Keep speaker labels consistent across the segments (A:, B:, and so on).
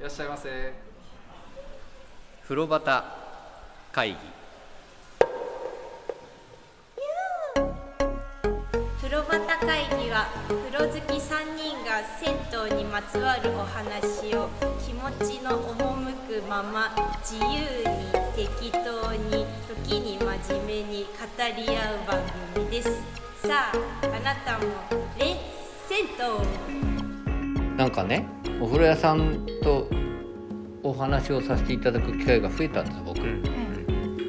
A: らっしゃいませ
B: 風呂端会議
C: 風呂端会議は風呂好き3人が銭湯にまつわるお話を気持ちの赴くまま自由に適当に時に真面目に語り合う番組ですさああなたもレッ銭湯
B: なんかねお風呂屋さんとお話をさせていただく機会が増えたんです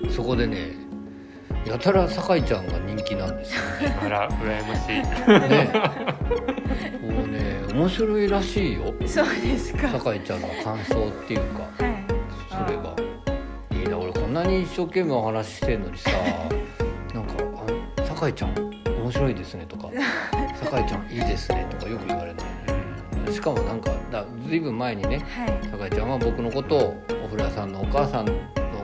B: 僕、そこでねやたら酒井ちゃんが人気なんですよ
D: あら羨ましい
B: ねもうね面白いらしいよ
E: そうですか。はい。
B: 酒井ちゃんの感想っていうかそれがいいな俺こんなに一生懸命お話ししてんのにさなんかあ「酒井ちゃん面白いですね」 とか「酒井ちゃんいいですね」とかよく言われてしかもなんかだずいぶん前にね
E: はい。
B: 酒井ちゃんは僕のことをお風呂屋さんのお母さんの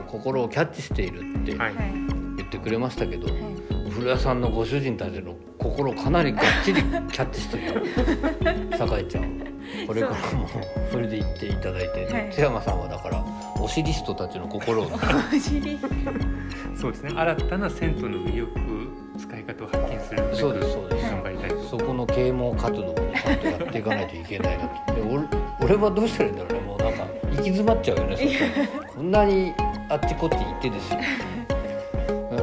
B: 心をキャッチしているって
D: はい
E: はい。
B: 言ってくれましたけど、
E: はい。
B: お風呂屋さんのご主人たちの心をかなりがっちりキャッチして た酒井ちゃんこれからもそれで行っていただいて、
E: はい
B: 津山さんはだから推しリストたちの心をね
E: お尻。。
D: そうですね新たな銭湯の魅力使い方を発見するべく
B: そうですそうです
D: 頑張りたいと
B: そこの啓蒙活動をねちゃんとやっていかないといけないなとで俺俺はどうしたらいいんだろうねもうなんか行き詰まっちゃうよねそここんなにあっちこっち行ってですよ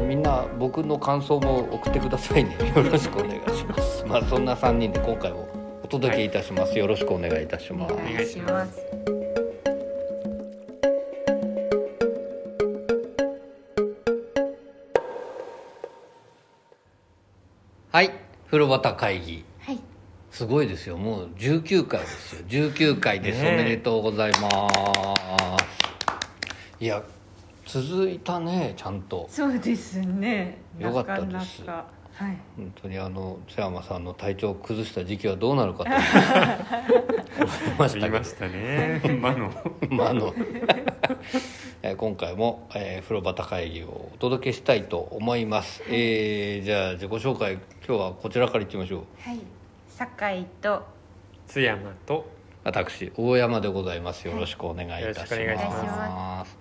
B: みんな僕の感想も送ってくださいねよろしくお願いしますまあそんな3人で今回もお届けいたします、よろしくお願いいたします、
D: 願いします
B: はい風呂端会議
E: はい。
B: すごいですよもう19回ですよ19回です、
D: ねえ
B: おめでとうございますいや続いたねちゃんと
E: そうですね。
B: よかったです
E: なかなか。はい。
B: 本当にあの津山さんの体調を崩した時期はどうなるかと思いました
D: 言い
B: けど
D: ましたね今の
B: まああの えー今回も、えー風呂端会議をお届けしたいと思います、えーじゃあ自己紹介今日はこちらからいってみましょう
E: はい。酒井と。
D: 津山と
B: 私大山でございますよろしくお願いいたします、
D: よろしくお願いし
E: ます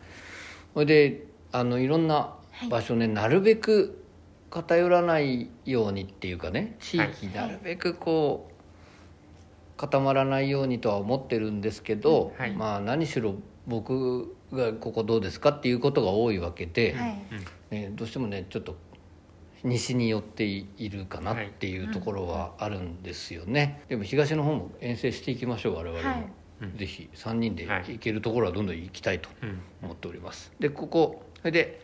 B: それであのいろんな場所ね、なるべく偏らないようにっていうかね地域
E: は
B: ないるべくこう、固まらないようにとは思ってるんですけど、
D: はい
B: まあ何しろ僕がここどうですかっていうことが多いわけで、
E: はい。
B: ね、どうしてもねちょっと西に寄っているかなっていうところはあるんですよね、でも東の方も遠征していきましょう我々も、
E: はい
D: うん
B: ぜひ3人で
D: はい
B: 行けるところはどんどん行きたいと
D: うん
B: 思っておりますでここそれで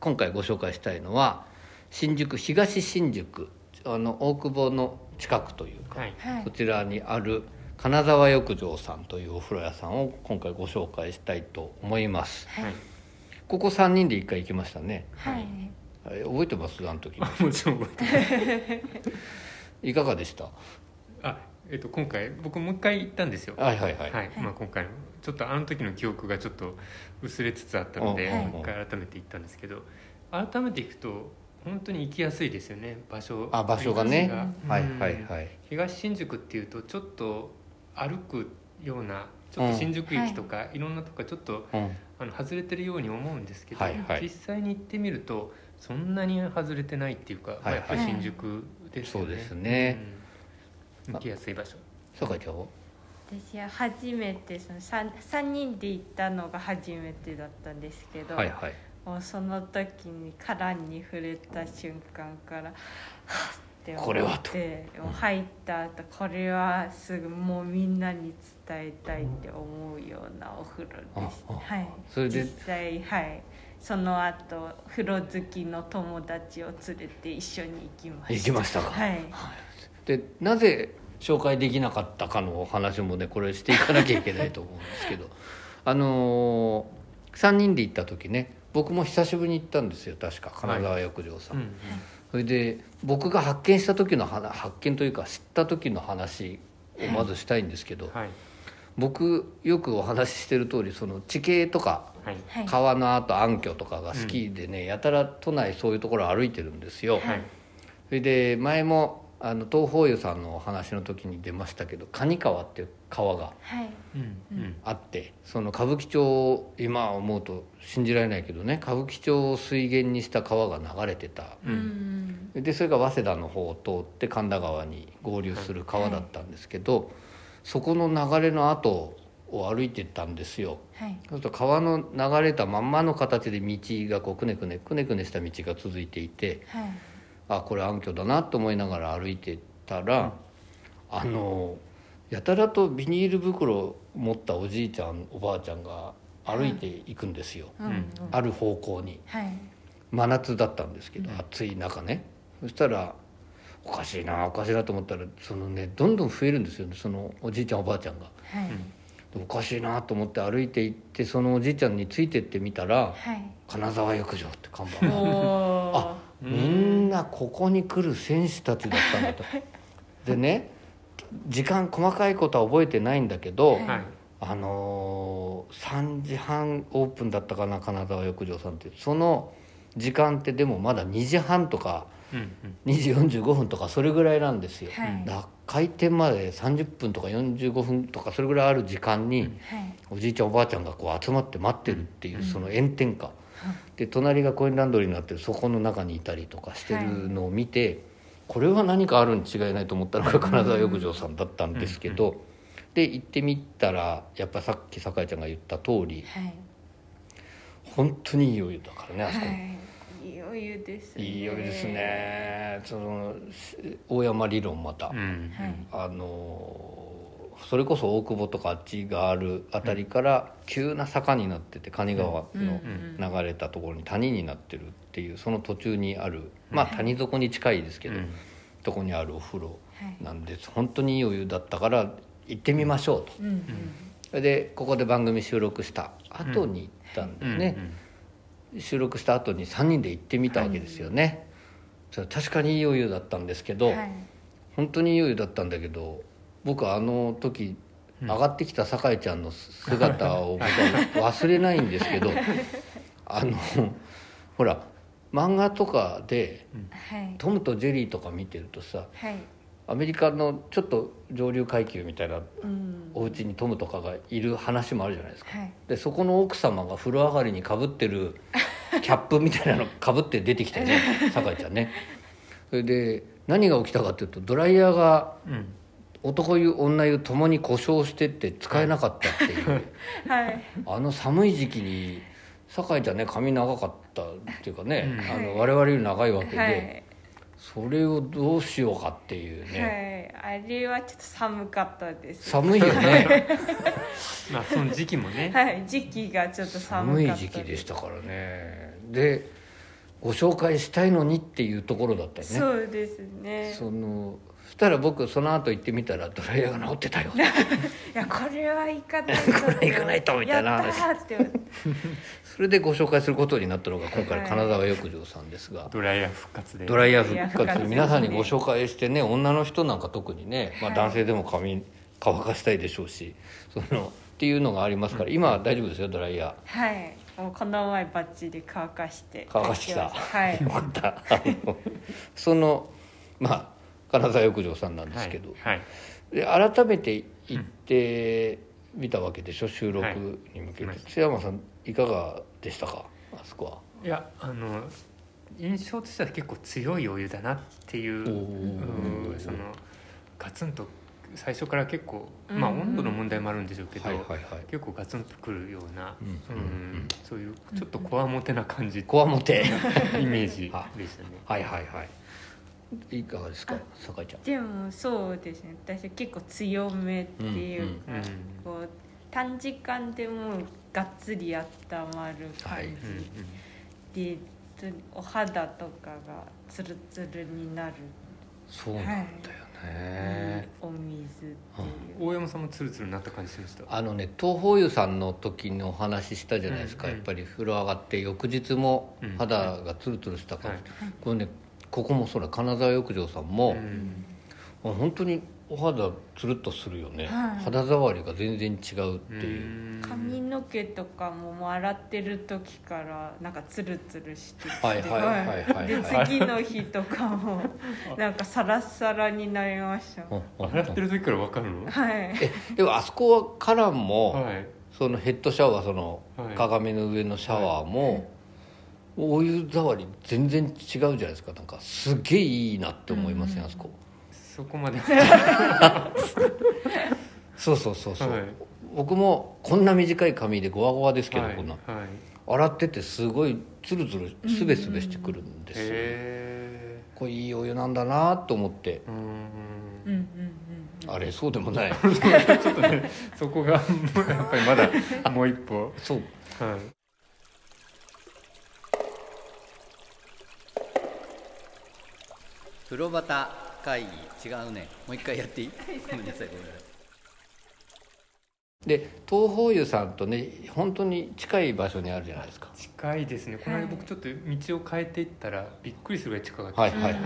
B: 今回ご紹介したいのは新宿東新宿あの大久保の近くというか、
D: はい
E: はい
B: こ。ちらにある金沢浴場さんというお風呂屋さんを今回ご紹介したいと思います
D: はい
B: ここ3人で1回行きましたね
E: はい。
B: あれ覚えてますあの時
D: もちろん覚えてる
B: いかがでした
D: あえっと今回僕もう一回行ったんですよ
B: はいはいはい、
D: はい、まあ、今回もちょっとあの時の記憶がちょっと薄れつつあったので、
B: うん
D: もう一回改めて行ったんですけど改めて行くと本当に行きやすいですよね場所
B: あ場所がね
D: うん
B: はいはいはい
D: 東新宿っていうとちょっと歩くようなちょっと新宿駅とか、い、ろんなとこがちょっと
B: うん
D: あの外れてるように思うんですけど、
B: はいはい
D: 実際に行ってみるとそんなに外れてないっていうか、まあ、
B: はいはい
D: やっぱり新宿ですよね、
B: そうですね
D: うん行きやすい場所
B: 酒井ちゃんは
E: 私は初めてその三三人で行ったのが初めてだったんですけど、
B: はいはい
E: もうその時に殻に触れた瞬間からはぁって思って
B: これはと
E: もう入った後これはすぐもうみんなに伝えたいって思うようなお風呂でし
B: あ
E: た
B: あ
E: はい
B: それで
E: 実際はいその後風呂好きの友達を連れて一緒に行きました
B: 行きましたか
E: はい
B: でなぜ紹介できなかったかのお話もねこれしていかなきゃいけないと思うんですけど あのー、3人で行った時ね僕も久しぶりに行ったんですよ確か金沢浴場さ、
D: うんん
B: それで僕が発見した時の話発見というか知った時の話をまずしたいんですけど、
D: はい
B: 僕よくお話ししてる通りその地形とか
D: はい
E: はい
B: 川のあと暗渠とかが好きでね、やたら都内そういうところ歩いてるんですよ、
D: はい
B: それで前もあの東方湯さんのお話の時に出ましたけど蟹川っていう川が
E: はい
D: うんうん
B: あってその歌舞伎町今思うと信じられないけどね歌舞伎町を水源にした川が流れてた
D: う
E: うんん
B: でそれが早稲田の方を通って神田川に合流する川だったんですけど、そこの流れの後を歩いてったんですよ
E: はい
B: そうすると川の流れたまんまの形で道がこうくねくねくねくねした道が続いていて
E: はい
B: あこれ暗渠だなと思いながら歩いてたら、あのやたらとビニール袋を持ったおじいちゃんおばあちゃんが歩いていくんですよ、
E: うんうん
B: ある方向に
E: はい
B: 真夏だったんですけど、
D: うん
B: 暑い中ねそしたらおかしいなおかしいなと思ったらそのねどんどん増えるんですよねそのおじいちゃんおばあちゃんが。
E: はい
B: でおかしいなと思って歩いて行ってそのおじいちゃんについてってみたら
E: はい
B: 「金沢浴場」って看板
E: おお
B: があみんなここに来る選手たちだったん だと。でね時間細かいことは覚えてないんだけど、
E: はい
D: はい
B: あのー3時半オープンだったかな金沢浴場さんってその時間ってでもまだ2時半とか
D: うん
B: 2時45分とかそれぐらいなんですよ、
E: はい
B: だ開店まで30分とか45分とかそれぐらいある時間に、
E: はい
B: おじいちゃんおばあちゃんがこう集まって待ってるっていううんその炎天下、で隣がコインランドリーになってるそこの中にいたりとかしてるのを見て、これは何かあるに違いないと思ったのが金沢浴場さんだったんですけど、で行ってみたらやっぱさっき酒井ちゃんが言った通り
E: はい
B: 本当にいいお湯だからねあそこ。
E: はいいいお湯ですね
B: いいお湯ですねそのし大山理論また、
D: うんうん
E: はい
B: あのーそれこそ大久保とかあっちがあるあたりから急な坂になってて蟹川
E: うん
B: の流れたところに谷になってるっていうその途中にあるまあ谷底に近いですけど、
D: うん
B: とこにあるお風呂
E: はい
B: なんで本当にいいお湯だったから行ってみましょうと
E: うんうん
B: それでここで番組収録した後に行ったんで
D: うん
B: ね、収録した後に3人で行ってみたわけですよね、それ確かにいいお湯だったんですけど、
E: はい
B: 本当にいいお湯だったんだけど僕あの時
D: う
B: 上
D: ん
B: がってきた酒井ちゃんの姿を僕は忘れないんですけどあのほら漫画とかで
E: はい
B: 「トムとジェリー」とか見てるとさ
E: はい
B: アメリカのちょっと上流階級みたいな
E: うん
B: お家にトムとかがいる話もあるじゃないですか
E: はい
B: でそこの奥様が風呂上がりにかぶってるキャップみたいなのかぶって出てきたよね酒井ちゃんねそれで何が起きたかっていうとドライヤーが
D: うんうん
B: 男湯女湯ともに故障してって使えなかったっていう、
E: はい
B: あの寒い時期に酒井ちゃんね髪長かったっていうか
D: う
B: ね、
D: ん
B: あの我々より長いわけで、
E: はい
B: それをどうしようかっていうね、
E: はい、あれはちょっと寒かったです。
B: 寒い よね
D: まあその時期もね
E: はい、時期がちょっと
B: 寒
E: 寒
B: い
E: かった
B: 時期でしたからねでご紹介したいのにっていうところだったよね
E: そうですね。
B: そのそしたら僕その後行ってみたらドライヤーが治ってたよ
E: いや、これは行かない と。こ
B: れ行かないとみたいな話
E: やったーって思って。
B: それでご紹介することになったのが今回の金沢浴場さんですが、
D: ドライヤー復活で
B: ドライヤー
E: ドラ
B: 復
E: イヤー復
B: 活
E: 活
B: 皆さんにご紹介してね女の人なんか特にね、まあ、
E: はい
B: 男性でも髪乾かしたいでしょうしそのっていうのがありますから今は大丈夫ですよドライヤ
E: はい、もうこの前バッチリ乾かして。
B: 乾かしてきた
E: はい
B: ー。よかったあのそのまあ金沢浴場さんなんですけど、
D: はいはい
B: で改めて行ってみたわけでしょ収録
D: はい
B: に向けて、
D: 行きました
B: 津山さんいかがでしたかあそこはい
D: やあの印象としては結構強いお湯だなっていう
B: おー
D: うんそのガツンと最初から結構まあ
E: うんうん
D: 温度の問題もあるんでしょうけど、
B: はいはいはい
D: 結構ガツンとくるような、
B: う
D: うんん
B: うん
D: そういうちょっとこわもてな感じ、
B: こわも て
D: イメージでしたね。
B: はいはいはいいかがですか酒井ちゃん
E: でも、そうですね。私は結構強めっていう
D: う
E: か、
D: んうん
E: こう。短時間でもうがっつり温まる
B: は
D: うんう
E: 感
B: い
D: ん
E: じで、お肌とかがツルツルになる
B: そうなんだよね、
E: お水っていう
D: 大山さんもツルツルになった感じしました。
B: あのね東宝湯さんの時のお話ししたじゃないですか、
D: うんうん
B: やっぱり風呂上がって翌日も
D: うん
B: 肌がツルツルしたから、
D: はい
B: これねここもそうだ金沢浴場さんも、
D: うん
B: もう本当にお肌つるっとするよね、
E: はい
B: 肌触りが全然違うっていう、
E: 髪の毛とかももう洗ってる時からなんかツルツルしてきて、
B: はいはいはいはいはい
E: で次の日とかもなんかサラッサラになりました
B: うんうんうん
D: 洗ってる時からわかるのは
E: はい
B: えでもあそこはカランも、
D: い
B: そのヘッドシャワーその
D: はい
B: 鏡の上のシャワーも、お湯触り全然違うじゃないですかなんかすげえいいなって思いますね、
E: うん
B: あそこ
D: そこまで
B: そうそうそうそう、
D: はい
B: 僕もこんな短い髪でゴワゴワですけど、
D: はい
B: こんな
D: はい
B: 洗っててすごいツルツルスベスベしてくるんですよ、
D: へ
B: これいいお湯なんだなと思って
D: えうー
E: うんんうんうん
B: あれそうでも ない
D: ちょっとねそこがやっぱりまだもう一歩
B: そう
D: はい
A: 風呂端会議違うねもう一回やっていいごめんなさいごめんなさい
B: で東宝湯さんとね本当に近い場所にあるじゃないですか
D: 近いですねこの間僕ちょっと道を変えていったらびっくりするぐらい近かった
B: はいはいはいはい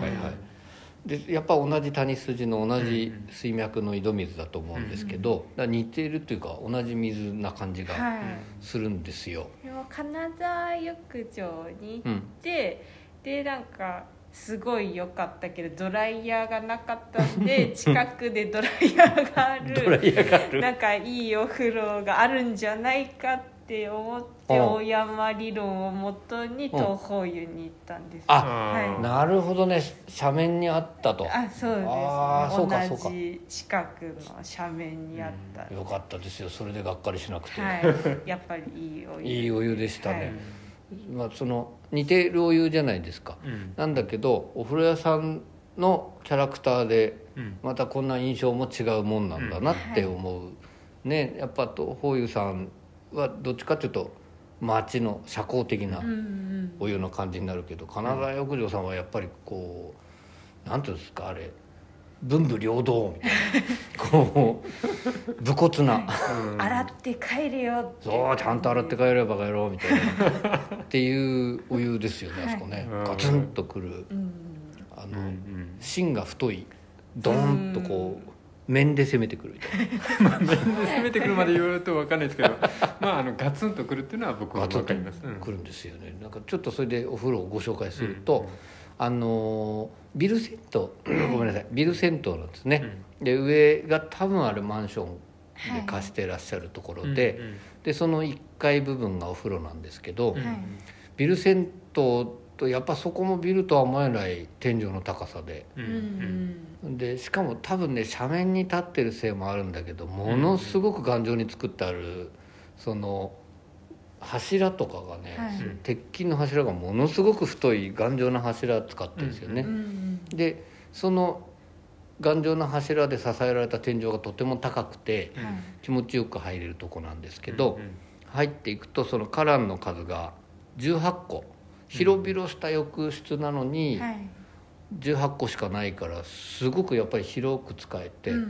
B: でやっぱ同じ谷筋の同じ
D: うんうん
B: 水脈の井戸水だと思うんですけど、だから似てるというか同じ水な感じが
E: はい、
B: するんですよ、
E: でも金沢浴場に
B: う
E: 行っ
B: ん、
E: て、でなんかすごい良かったけどドライヤーがなかったん で近くでドライヤーがあ
B: ドラ
E: る
B: イヤーがある
E: なんかいいお風呂があるんじゃないかって思って
B: うん
E: 大山理論をもとに東方湯に行ったんです
B: あ
E: はい
D: な
B: なるほどね斜面にあったと
E: あそうです、ね、
B: あーそうかそうか
E: 同じ近くの斜面にあったんで
B: よかったですよそれでがっかりしなくて、
E: はい、やっぱりいいお湯
B: い、いお湯でした
E: はい
B: ね、まあ、その似てるお湯じゃないですか
D: うん
B: なんだけどお風呂屋さんのキャラクターで
D: うん
B: またこんな印象も違うもんなんだなって思う、ねやっぱと法湯さんはどっちかっていうと町の社交的な
E: うんうん
B: お湯の感じになるけど金沢浴場さんはやっぱりこうなんていうんですかあれ文武両道みたいなこう武骨な
D: うん
E: 洗って帰れよっていう
B: そうちゃんと洗って帰れば帰ろうみたいなっていうお湯ですよねあそこね、
D: はい
B: ガツンとくる
E: うん
B: あ
D: う
B: の、
D: んうん
B: 芯が太いドーンとこう面で攻めてくるみたいな。
D: 攻めてくるまで言われるとわかんないですけどまああのガツンとくるっていうのは僕は
B: ガツ
D: 分
B: ン
D: か
B: と
D: ります、うん
B: 来るんですよね、なんかちょっとそれでお風呂をご紹介すると、あのービル銭湯ごめんなさいビル銭湯なんですね、で上が多分あるマンションで貸してらっしゃるところで,、でその1階部分がお風呂なんですけど、
D: うんうん
E: はい
B: ビル銭湯とやっぱそこもビルとは思えない天井の高さで
D: うん
E: う
D: うんん
E: うん
D: うん
B: でしかも多分ね斜面に立ってるせいもあるんだけどものすごく頑丈に作ってあるその柱とかがね、
E: はい
B: 鉄筋の柱がものすごく太い頑丈な柱使ってるんですよね、
E: うんうん
B: でその頑丈な柱で支えられた天井がとても高くて
E: はい
B: 気持ちよく入れるとこなんですけど、
D: うんうん
B: 入っていくとそのカランの数が18個広々した浴室なのに
E: はい
B: 18個しかないからすごくやっぱり広く使えて、
E: うんうんう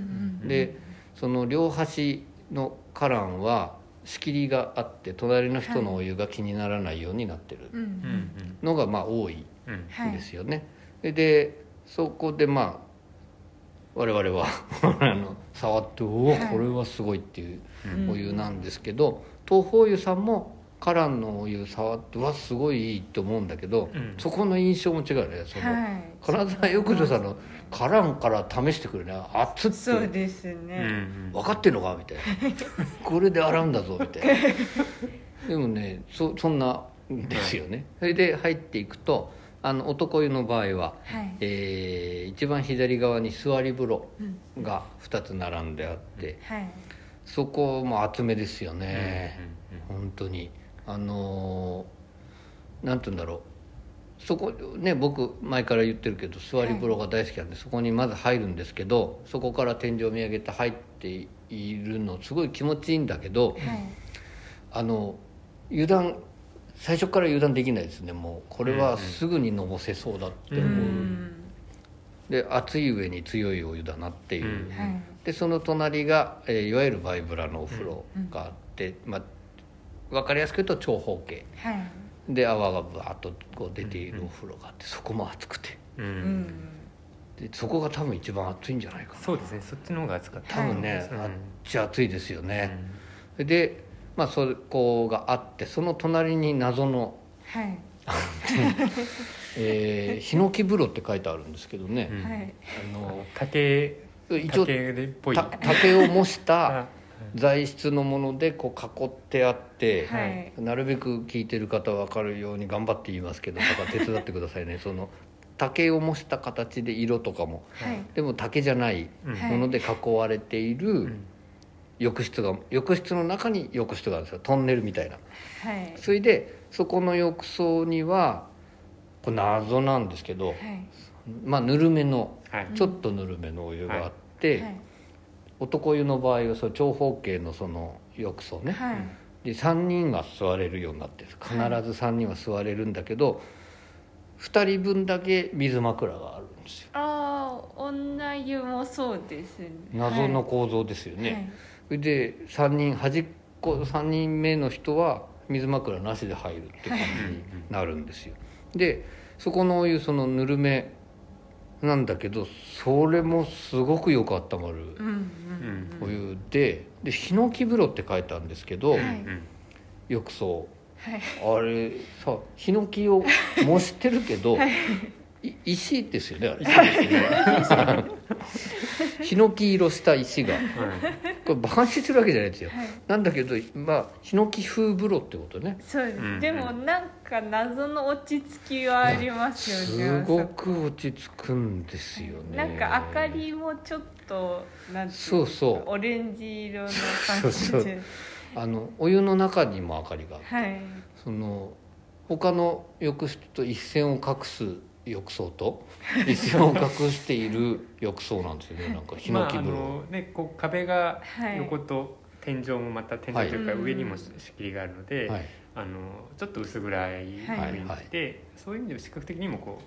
E: ん
B: でその両端のカランは仕切りがあって隣の人のお湯が気にならないようになってる
E: うんう
D: うん
E: ん
B: のがまあ多い
D: うんうん
E: はい
B: ですよね。ででそこでまあ我々はあの触って「おお
E: はい
B: これはすごい」っていう
E: うん
B: お湯なんですけど東宝湯さんもカランのお湯触って「うわすごいいい」と思うんだけど
D: うん
B: そこの印象も違うよね。その
E: はい
B: 金沢浴場さんのカランから試してくるね熱っって
E: そうです
D: うんう
E: ね
D: ん
B: 分かってんのかみたい なこれで洗うんだぞみたいなでもねそそんなんですよねそれで入っていくとあの男湯の場合は、
E: はい
B: えー一番左側に座り風呂
E: うん
B: が2つ並んであって
E: はい
B: そこも厚めですよ
D: うん
B: ね、本当にあのーなんて言うんだろうそこね僕前から言ってるけど座り風呂が大好きなんで、そこにまず入るんですけどそこから天井を見上げて入っているのすごい気持ちいいんだけど
E: はい
B: あの油断最初から油断できないですねもうこれはすぐにのぼせそうだって思う、
D: うん
B: で熱い上に強いお湯だなっていう、
D: うん
E: はい
B: でその隣が、えーいわゆるバイブラのお風呂があって、まあ分かりやすく言うと長方形
E: はい
B: で泡がバーッとこう出ているお風呂があってそこも熱くて
D: うんう
E: うんん
B: でそこが多分一番暑いんじゃないかな
D: そうですねそっちの方が暑かった
B: 多分ね、
D: うん
B: あっち暑いですよね、でまあそこがあってその隣に謎の、
E: はい
B: えー、ヒノキ風呂って書いてあるんですけど
D: うん
B: ね、
E: はい
B: あ
D: あの
B: の
D: 竹
B: 一応
D: 竹でっぽい
B: た竹を模し
D: あ
B: た材質のものでこう囲ってあって、
E: はい
B: なるべく聞いてる方分かるように頑張って言いますけどだから手伝ってくださいねその竹を模した形で色とかも
E: はい
B: でも竹じゃない
D: うん
E: はい
B: もので囲われてい
D: うん
B: る浴室が浴室の中に浴室があるんですよトンネルみたいな
E: はい
B: それでそこの浴槽にはこれ謎なんですけど、
E: はい
B: まあぬるめの
D: はい
B: ちょっとぬるめのお湯があって、
E: はい
B: 男湯の場合はそう長方形のその浴槽ね、
E: はい
B: で3人が座れるようになってる必ず
E: はい
B: 3人は座れるんだけど、2人分だけ水枕があるんですよ
E: ああ女湯もそうですね
B: 謎の構造ですよ
E: はいは
B: ね、それで3人端っこ3人目の人は水枕なしで入るって感じになるんですよ、でそこのお湯そのぬるめなんだけどそれもすごくよく温ま
E: いう
B: る
E: んうん
B: お
E: うん
B: 湯ででヒノキ風呂って書いてあるんですけど、
E: は
D: う
E: い
D: ん
B: 浴槽
E: はい
B: あれさヒノキを模してる けど、い石ですよねあれ ヒノキ色した石が
D: はい
B: これバカにしてるわけじゃないですよ
E: はい
B: なんだけどまあヒノキ風風呂ってことね
E: そうです、
D: うん
E: でもなんか謎の落ち着きはありますよね
B: すごく落ち着くんですよね
E: なんか明かりもちょっとなんていんですか
B: そうそう
E: オレンジ色の感じで
B: そうそうあのお湯の中にも明かりがある
E: はい
B: その他の浴室と一線を隠す浴槽と 一線を隠している浴槽なんですよねなんかヒノキ風
D: まあ
B: 呂、
D: あのねこう壁が
E: はい
D: 横と天井もまた天井というか
E: はい
D: 上にも仕切りがあるので、
B: はい
D: あのちょっと薄暗い雰囲気で、そういう意味では視覚的にもこ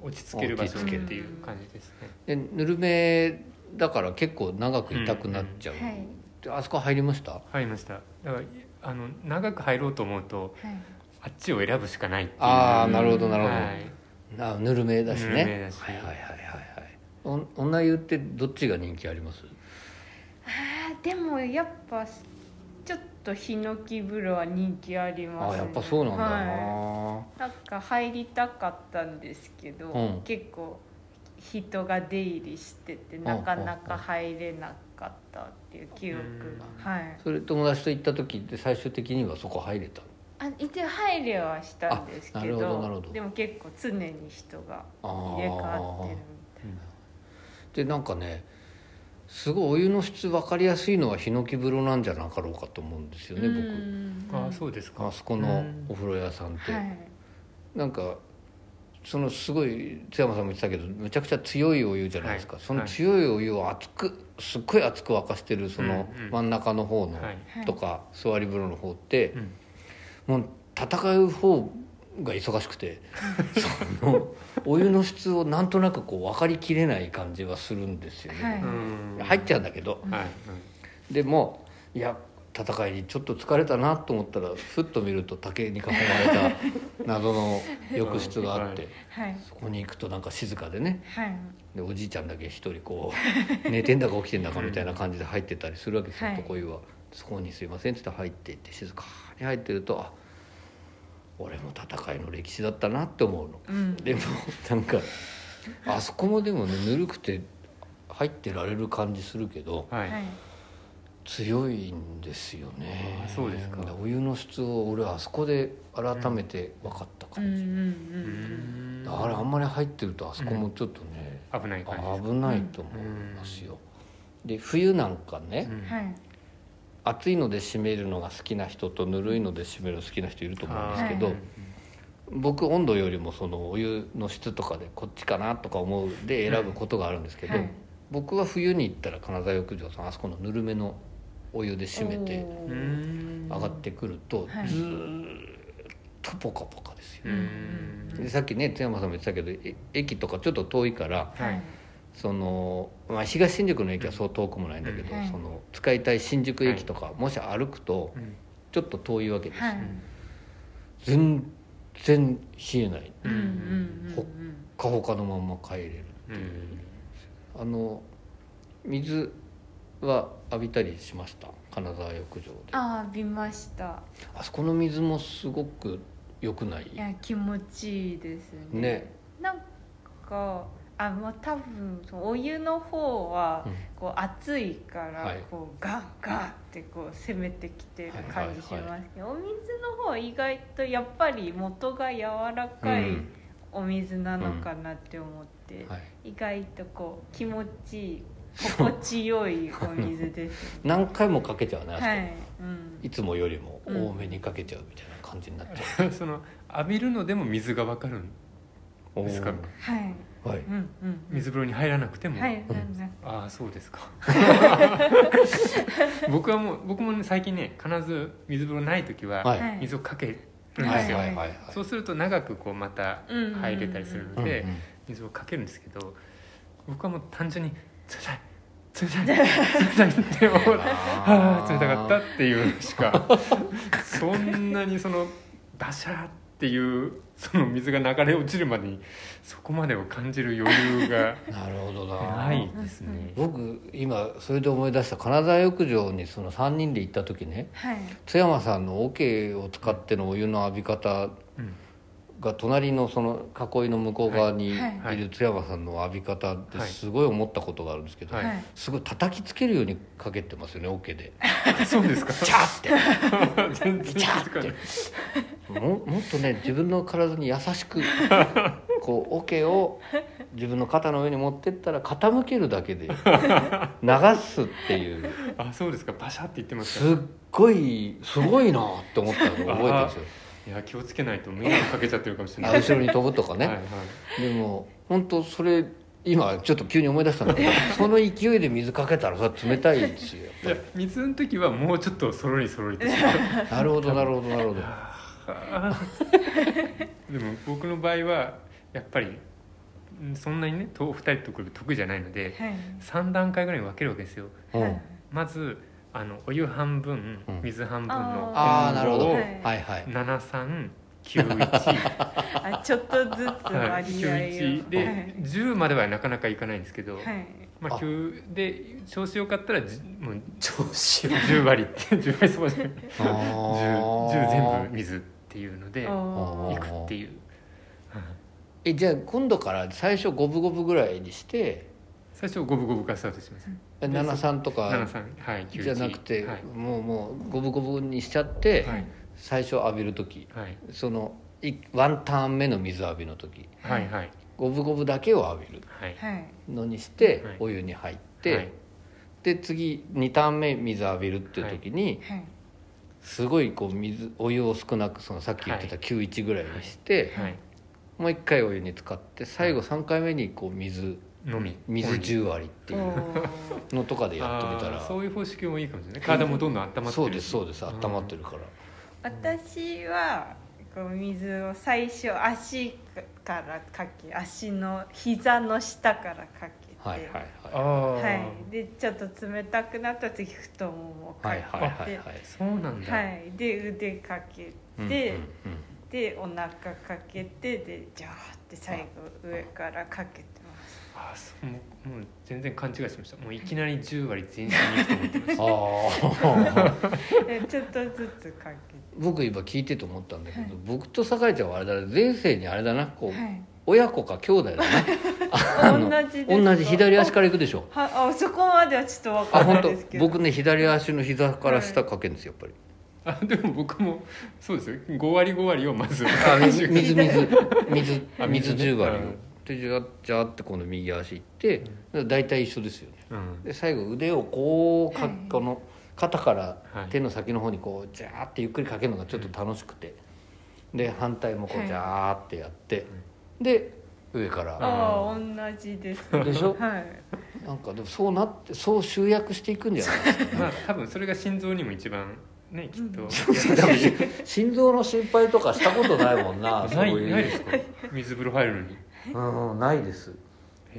D: う落ち着ける場所
B: 落
D: っ
E: ち着
D: て
E: け
D: い
E: る
D: う感じですね。
B: でぬるめだから結構長く痛くなっちゃう、
E: はい
B: であそこ入りました
D: 入りました。だからあの長く入ろうと思うと
E: はい
D: あっちを選ぶしかないっていう。
B: ああなるほどなるほど、
D: はい
B: なぬるめだしね
D: ぬるめだし
B: はいはいはいはいはいお女湯ってどっちが人気あります
E: あーでもやっぱちょっとヒノキ風呂は人気あります
B: あやっぱそうなんだな、
E: はいなんか入りたかったんですけど、
B: うん
E: 結構人が出入りしてて
B: ん
E: なかなか入れなかったっていう記憶が、はい
B: それ友達と行った時って最終的にはそこ入れた
E: あ一応配慮はしたんですけど
B: あなるほどなるほど
E: でも結構常に人が
B: あー
E: 入れ替わってる
B: でなんかねすごいお湯の質分かりやすいのはヒノキ風呂なんじゃなかろうかと思うんですよ
E: みた
B: ね
E: いな、
B: 僕
D: あー
E: う
D: そうですか。
B: あそこのお風呂屋さんって、
E: んはい
B: なんかそのすごい津山さんも言ってたけどめちゃくちゃ強いお湯じゃないですか、
D: はい
B: その強いお湯を熱くすっごい熱く沸かしてるその
D: うんうん
B: 真ん中の方の、
D: はい。
E: はい
B: とか座り風呂の方って
D: う、ん
B: もう戦う方が忙しく てそのお湯の質をなんとなくこう分かりきれない感じはするんですよね、
E: はい
D: うん
B: 入っちゃうんだけど
D: はい。
B: でもいや戦いにちょっと疲れたなと思ったらふっと見ると竹に囲まれた謎の浴室があって
E: はい
B: そこに行くとなんか静かでね
E: はい
B: でおじいちゃんだけ一人こう 寝てんだか起きてんだかみたいな感じで入ってたりするわけですよ
E: はい
B: 男湯は。そこに「すいません」って言って入っていって静かに入ってるとあ俺も戦いの歴史だったなって思うの。
E: うん
B: でも なんかあそこもでもねぬるくて入ってられる感じするけど。
D: は。
E: はいい
B: 強いんですよね
D: あそうですか
B: お湯の質を俺あそこで改めて分かった
E: うんうん
B: 感じ、
E: う
D: うんん
B: だからあんまり入ってるとあそこもちょっとね、
D: 危ない感じですか。
B: 危ないと思いますよ、で冬なんかね、
D: うん
E: はい
B: 暑いので締めるのが好きな人とぬるいので締めるの好きな人いると思うんですけど、
E: は
D: うん
B: 僕温度よりもそのお湯の質とかでこっちかなとか思うで選ぶことがあるんですけど、
E: はい
B: 僕は冬に行ったら金沢浴場さんあそこのぬるめのお湯で締めて。
E: お
D: う
E: ー
D: ん
B: 上がってくると、
E: はい
B: ずーっとポカポカですよ、
D: うん
B: でさっきね津山さんも言ってたけどえ駅とかちょっと遠いから
D: はい。
B: その、まあ、東新宿の駅はそう遠くもないんだけど、
E: うんはい
B: その使いたい新宿駅とか、もし歩くと
D: うん
B: ちょっと遠いわけです、
E: は
D: う
E: い
D: ん
B: 全然冷えない
E: うんうんうんうん
B: ほっかほかのまま帰れる
D: うん
B: あの水は浴びたりしました金沢浴場であ
E: ああ見ました
B: そこの水もすごく良くない
E: いや気持ちいいですね
B: ね
E: なんかあまあ多分そのお湯の方は
B: うん
E: こう熱いから、
B: はい
E: こうガンガンってこう攻めてきてる感じし
B: はいは
E: ますけど、お水の方は意外とやっぱり元が柔らかい
B: うん
E: お水なのかなって思って、
B: はい、
E: 意外とこう気持ちいい心地よいお水 です、ね、
B: 何回もかけちゃうね、あそこ
E: はい、うん
B: い、つもよりも多めにかけちゃうみたいな感じになってる、
D: その浴びるのでも水が分かる
B: おー
D: ですか
E: はい
B: はい
E: うんうん
D: 水風呂に入らなくても、
E: はいなんだ
D: ああそうですか僕はもう僕もね最近ね必ず水風呂ない時は
B: はい
E: はい
D: 水をかけるん
B: は
D: で
B: い
D: すよ、
B: はいはいはい
D: そうすると長くこうまた
E: うん
D: 入れたりする
E: うん
D: ので
B: うんうん
D: 水をかけるんですけど僕はもう単純に「冷たい冷 たい冷たい」って思うはあ冷たかったっていうしかそんなにそのバシャーっていうその水が流れ落ちるまでにそこまでを感じる余裕が
B: なるほどな
D: ないですね。
B: 僕今それで思い出した金沢浴場にその3人で行った時ね
E: はい
B: 津山さんの桶を使ってのお湯の浴び方
D: うん
B: が隣のその囲いの向こう側にい
E: はい
D: はい
B: る津山さんの浴び方って
D: はい
B: すごい思ったことがあるんですけど、
D: はい
E: はい
B: すごい叩きつけるようにかけてますよね桶で
D: そうですか。
B: チャーって
D: 全然
B: ビチャーってももっとね自分の体に優 しくこう桶を自分の肩の上に持ってったら傾けるだ けで流すっていう
D: あ、そうですか。バシャって言ってます
B: す
D: か
B: っごいすごいなって思ったのを覚えてるんですよ
D: ら。いや、気をつけないと迷惑かけちゃってるかもしれ
B: あ
D: ない。
B: 後ろに飛ぶとかね、
D: はいはい。
B: でも本当それ今ちょっと急に思い出したんだけどその勢いで水かけたらそれは冷たいですよ
D: いや、水の時はもうちょっとそろりそろりとして。
B: なるほどなるほどなるほど
D: でも僕の場合はやっぱりんそんなにねと二人と比べ得意じゃないので
E: はい
D: 3段階ぐらいに分けるわけですよ
B: うん
E: はい
D: まずあのお湯半分
B: うん
D: 水半分の
B: ああなるほど
D: を
B: はい はい
D: 7391
E: あちょっと
D: はい
E: ずつ割合を、は
D: 91
E: い
D: で10まではなかなかいかないんですけど、
E: はい
D: まあ
B: あ
D: 9で調子よかったらじもう調子10割って10割そ ばじゃない
B: あー
D: 10, 全部水っていうので
E: お
D: い
E: ー
D: くっていう
B: えじゃあ今度から最初五分五分ぐらいにして
D: 最初五分五分からスタートします
B: え七三と
D: 七
B: か
D: 三はい九
B: じゃなくて、
D: はい
B: もうもう五分五分にしちゃって、
D: はい
B: 最初浴びる時
D: はい
B: そのいワンターン目の水浴びの時
D: はいはい
B: 五分五分だけを浴びる
D: はい
E: はい
B: のにして、
D: はい
B: お湯に入って、
D: はい
B: で次2ターン目水浴びるっていう時に、
E: はい
B: すごいこう水お湯を少なくそのさっき言ってた91ぐらいにして、
D: はい
B: もう1回お湯に使って最後3回目にこう水
D: のみ
B: 水10割ってい
E: お
B: う
E: ー
B: のとかでやってみた
D: あー
B: ら
D: そういう方式もいいかもしれない体もどんどん温まってるし
B: そうですそうです
D: う
B: 温
D: ん
B: まってるから、
E: 私はこう水を最初足からかけ足の膝の下からかけて
B: はいはい
D: あ
B: は
D: あ
E: はいでちょっと冷たくなったら次太ももを
B: いは
E: か
B: い
E: けて、
B: はいはいはい
D: そうなんだ
E: はいで腕かけ
B: うん
E: て、
B: うんうん
E: でお腹かけてでジャーって最後上からかけてます
D: あーそうもうもう全然勘違いしましたもういきなり10割全身にいくと思ってまし
B: ああ
E: でちょっとずつかけ
B: 僕今聞いてと思ったんだけど、
E: はい
B: 僕と酒井ちゃんはあれだね前世にあれだなこう、
E: てはい
B: 親子か兄弟だなあの
E: 同じです
B: 同じ左足から行くでしょ
E: はあそこまではちょっとわか
B: あ
E: んな
B: 本
E: い
B: 当
E: ですけど
B: 僕ね左足の膝から下かけるんですよやっぱり
D: たあでも僕もそうですよ5割5割をまず
B: あ水水水水
D: あ
B: 水
D: 水ね
B: 10割を
D: うん
B: でじゃじゃーってこの右足行って大体一緒ですよね
D: うん
B: で最後腕をこうか
E: はい
B: この肩から
D: はい
B: 手の先の方にこうジャーってゆっくりかけるのがちょっと楽しくてで反対もこ
E: は
B: う
E: い
B: ジャーってやってで上から
E: ああ同じです
B: でしょ
E: はい
B: なんかでもそうなってそう集約していくんじゃないですか
D: まあ多分それが心臓にも一番ねきっと
B: 心臓の心配とかしたことないもんな
D: ない
B: そうう
D: ないですか水風呂入るのに
B: うんないです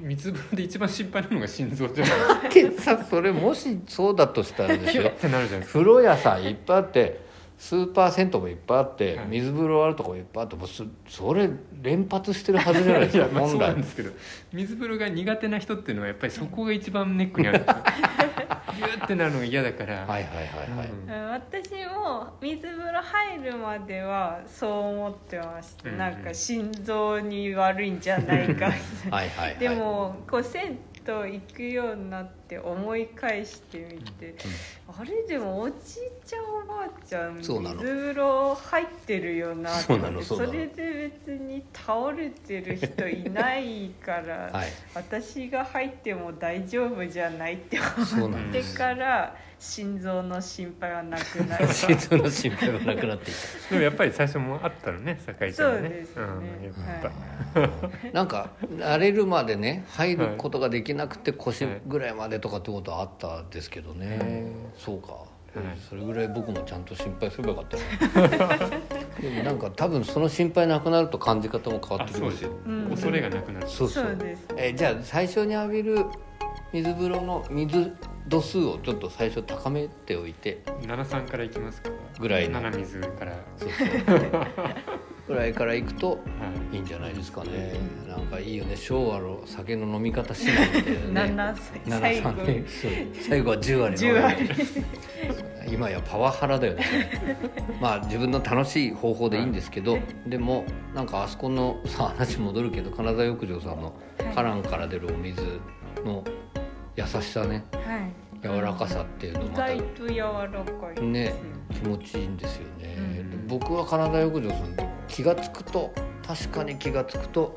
D: 水風呂で一番心配なのが心臓じゃない
B: けどさそれもしそうだとしたらで
D: キ
B: す
D: ュ
B: よ
D: ッてなるじゃないですか
B: 風呂屋さんいっぱいあってスーパー銭湯もいっぱいあって、
D: はい
B: 水風呂あるとこもいっぱいあってもうそそれ連発してるはずじゃないで す
D: い
B: か
D: やまあそ
B: 本
D: うなん
B: 来
D: ですけど水風呂が苦手な人っていうのはやっぱりそこが一番ネックにあるんですよギューってなるのが嫌だから、
B: はいはいはいはい、
D: うん
E: うん私も水風呂入るまではそう思ってました、
D: うん
E: なんか心臓に悪いんじゃないか
B: はいはいはい
E: でも、こう銭湯行くようになって思い返してみて、あれでもおじいちゃんおばあちゃん水
B: そうなの
E: 風呂入ってるよなって
B: そうなのそうなの
E: それで別に倒れてる人いないから、
B: はい
E: 私が入っても大丈夫じゃないって思っ
B: そうなん
E: て
B: です
E: から心臓の心配はなく なる
B: 心臓の心配はなくなっていた
D: でもやっぱり最初もあったのね酒井ちゃんもね
E: そうですね
D: ん、やっぱ、
E: は
B: なんか慣れるまでね入ることができなくて腰ぐらいまでとかってことはあったんですけどね、そうか、
D: い
B: それぐらい僕もちゃんと心配すればよかったなでもなんか多分その心配なくなると感じ方も変わっ
D: あ
B: てく
D: そ
B: る
D: うん
B: で
D: ですすよ、恐
E: うん
B: よ
D: れがなくなる
B: そうそう
E: そうです
B: えじゃあ最初に浴びる水風呂の水度数をちょっと最初高めておいて
D: 73からいきますか
B: ぐらいの
D: 7水から、は
B: そうそうぐらいからいくといいんじゃないですかねなんかいいよね昭和の酒の飲み方しないみたいな ね
E: 7歳最
B: 7
E: 後
B: 三ねそう最後は10割
E: 10割
B: 今やパワハラだよねそれまあ自分の楽しい方法でいいんですけどでもなんかあそこのさ話戻るけど金沢浴場さんの
E: はい
B: カランから出るお水の優しさね
E: はい
B: 柔らかさっていうの
E: 意
B: また
E: 外と柔らかいです
B: ね気持ちいいんですよね、
E: うん
B: 僕は金沢浴場さんで気が付くと確かに気が付くと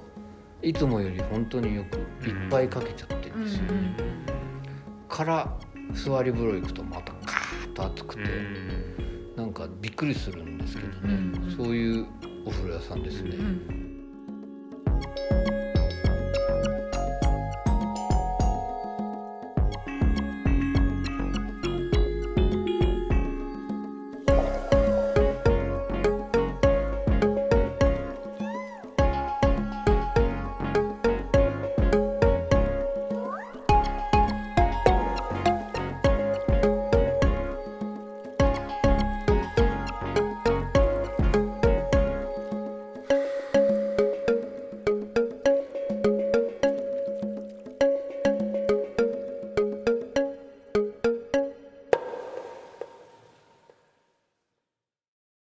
B: いつもより本当によくいっぱいかけちゃってる
E: うんんう
B: ですよ、
E: ん
B: から座り風呂行くとまたカーッと熱くて、
D: うん
B: なんかびっくりするんですけど
E: う
B: ね、
E: ん
B: そういうお風呂屋さんですね、
E: うん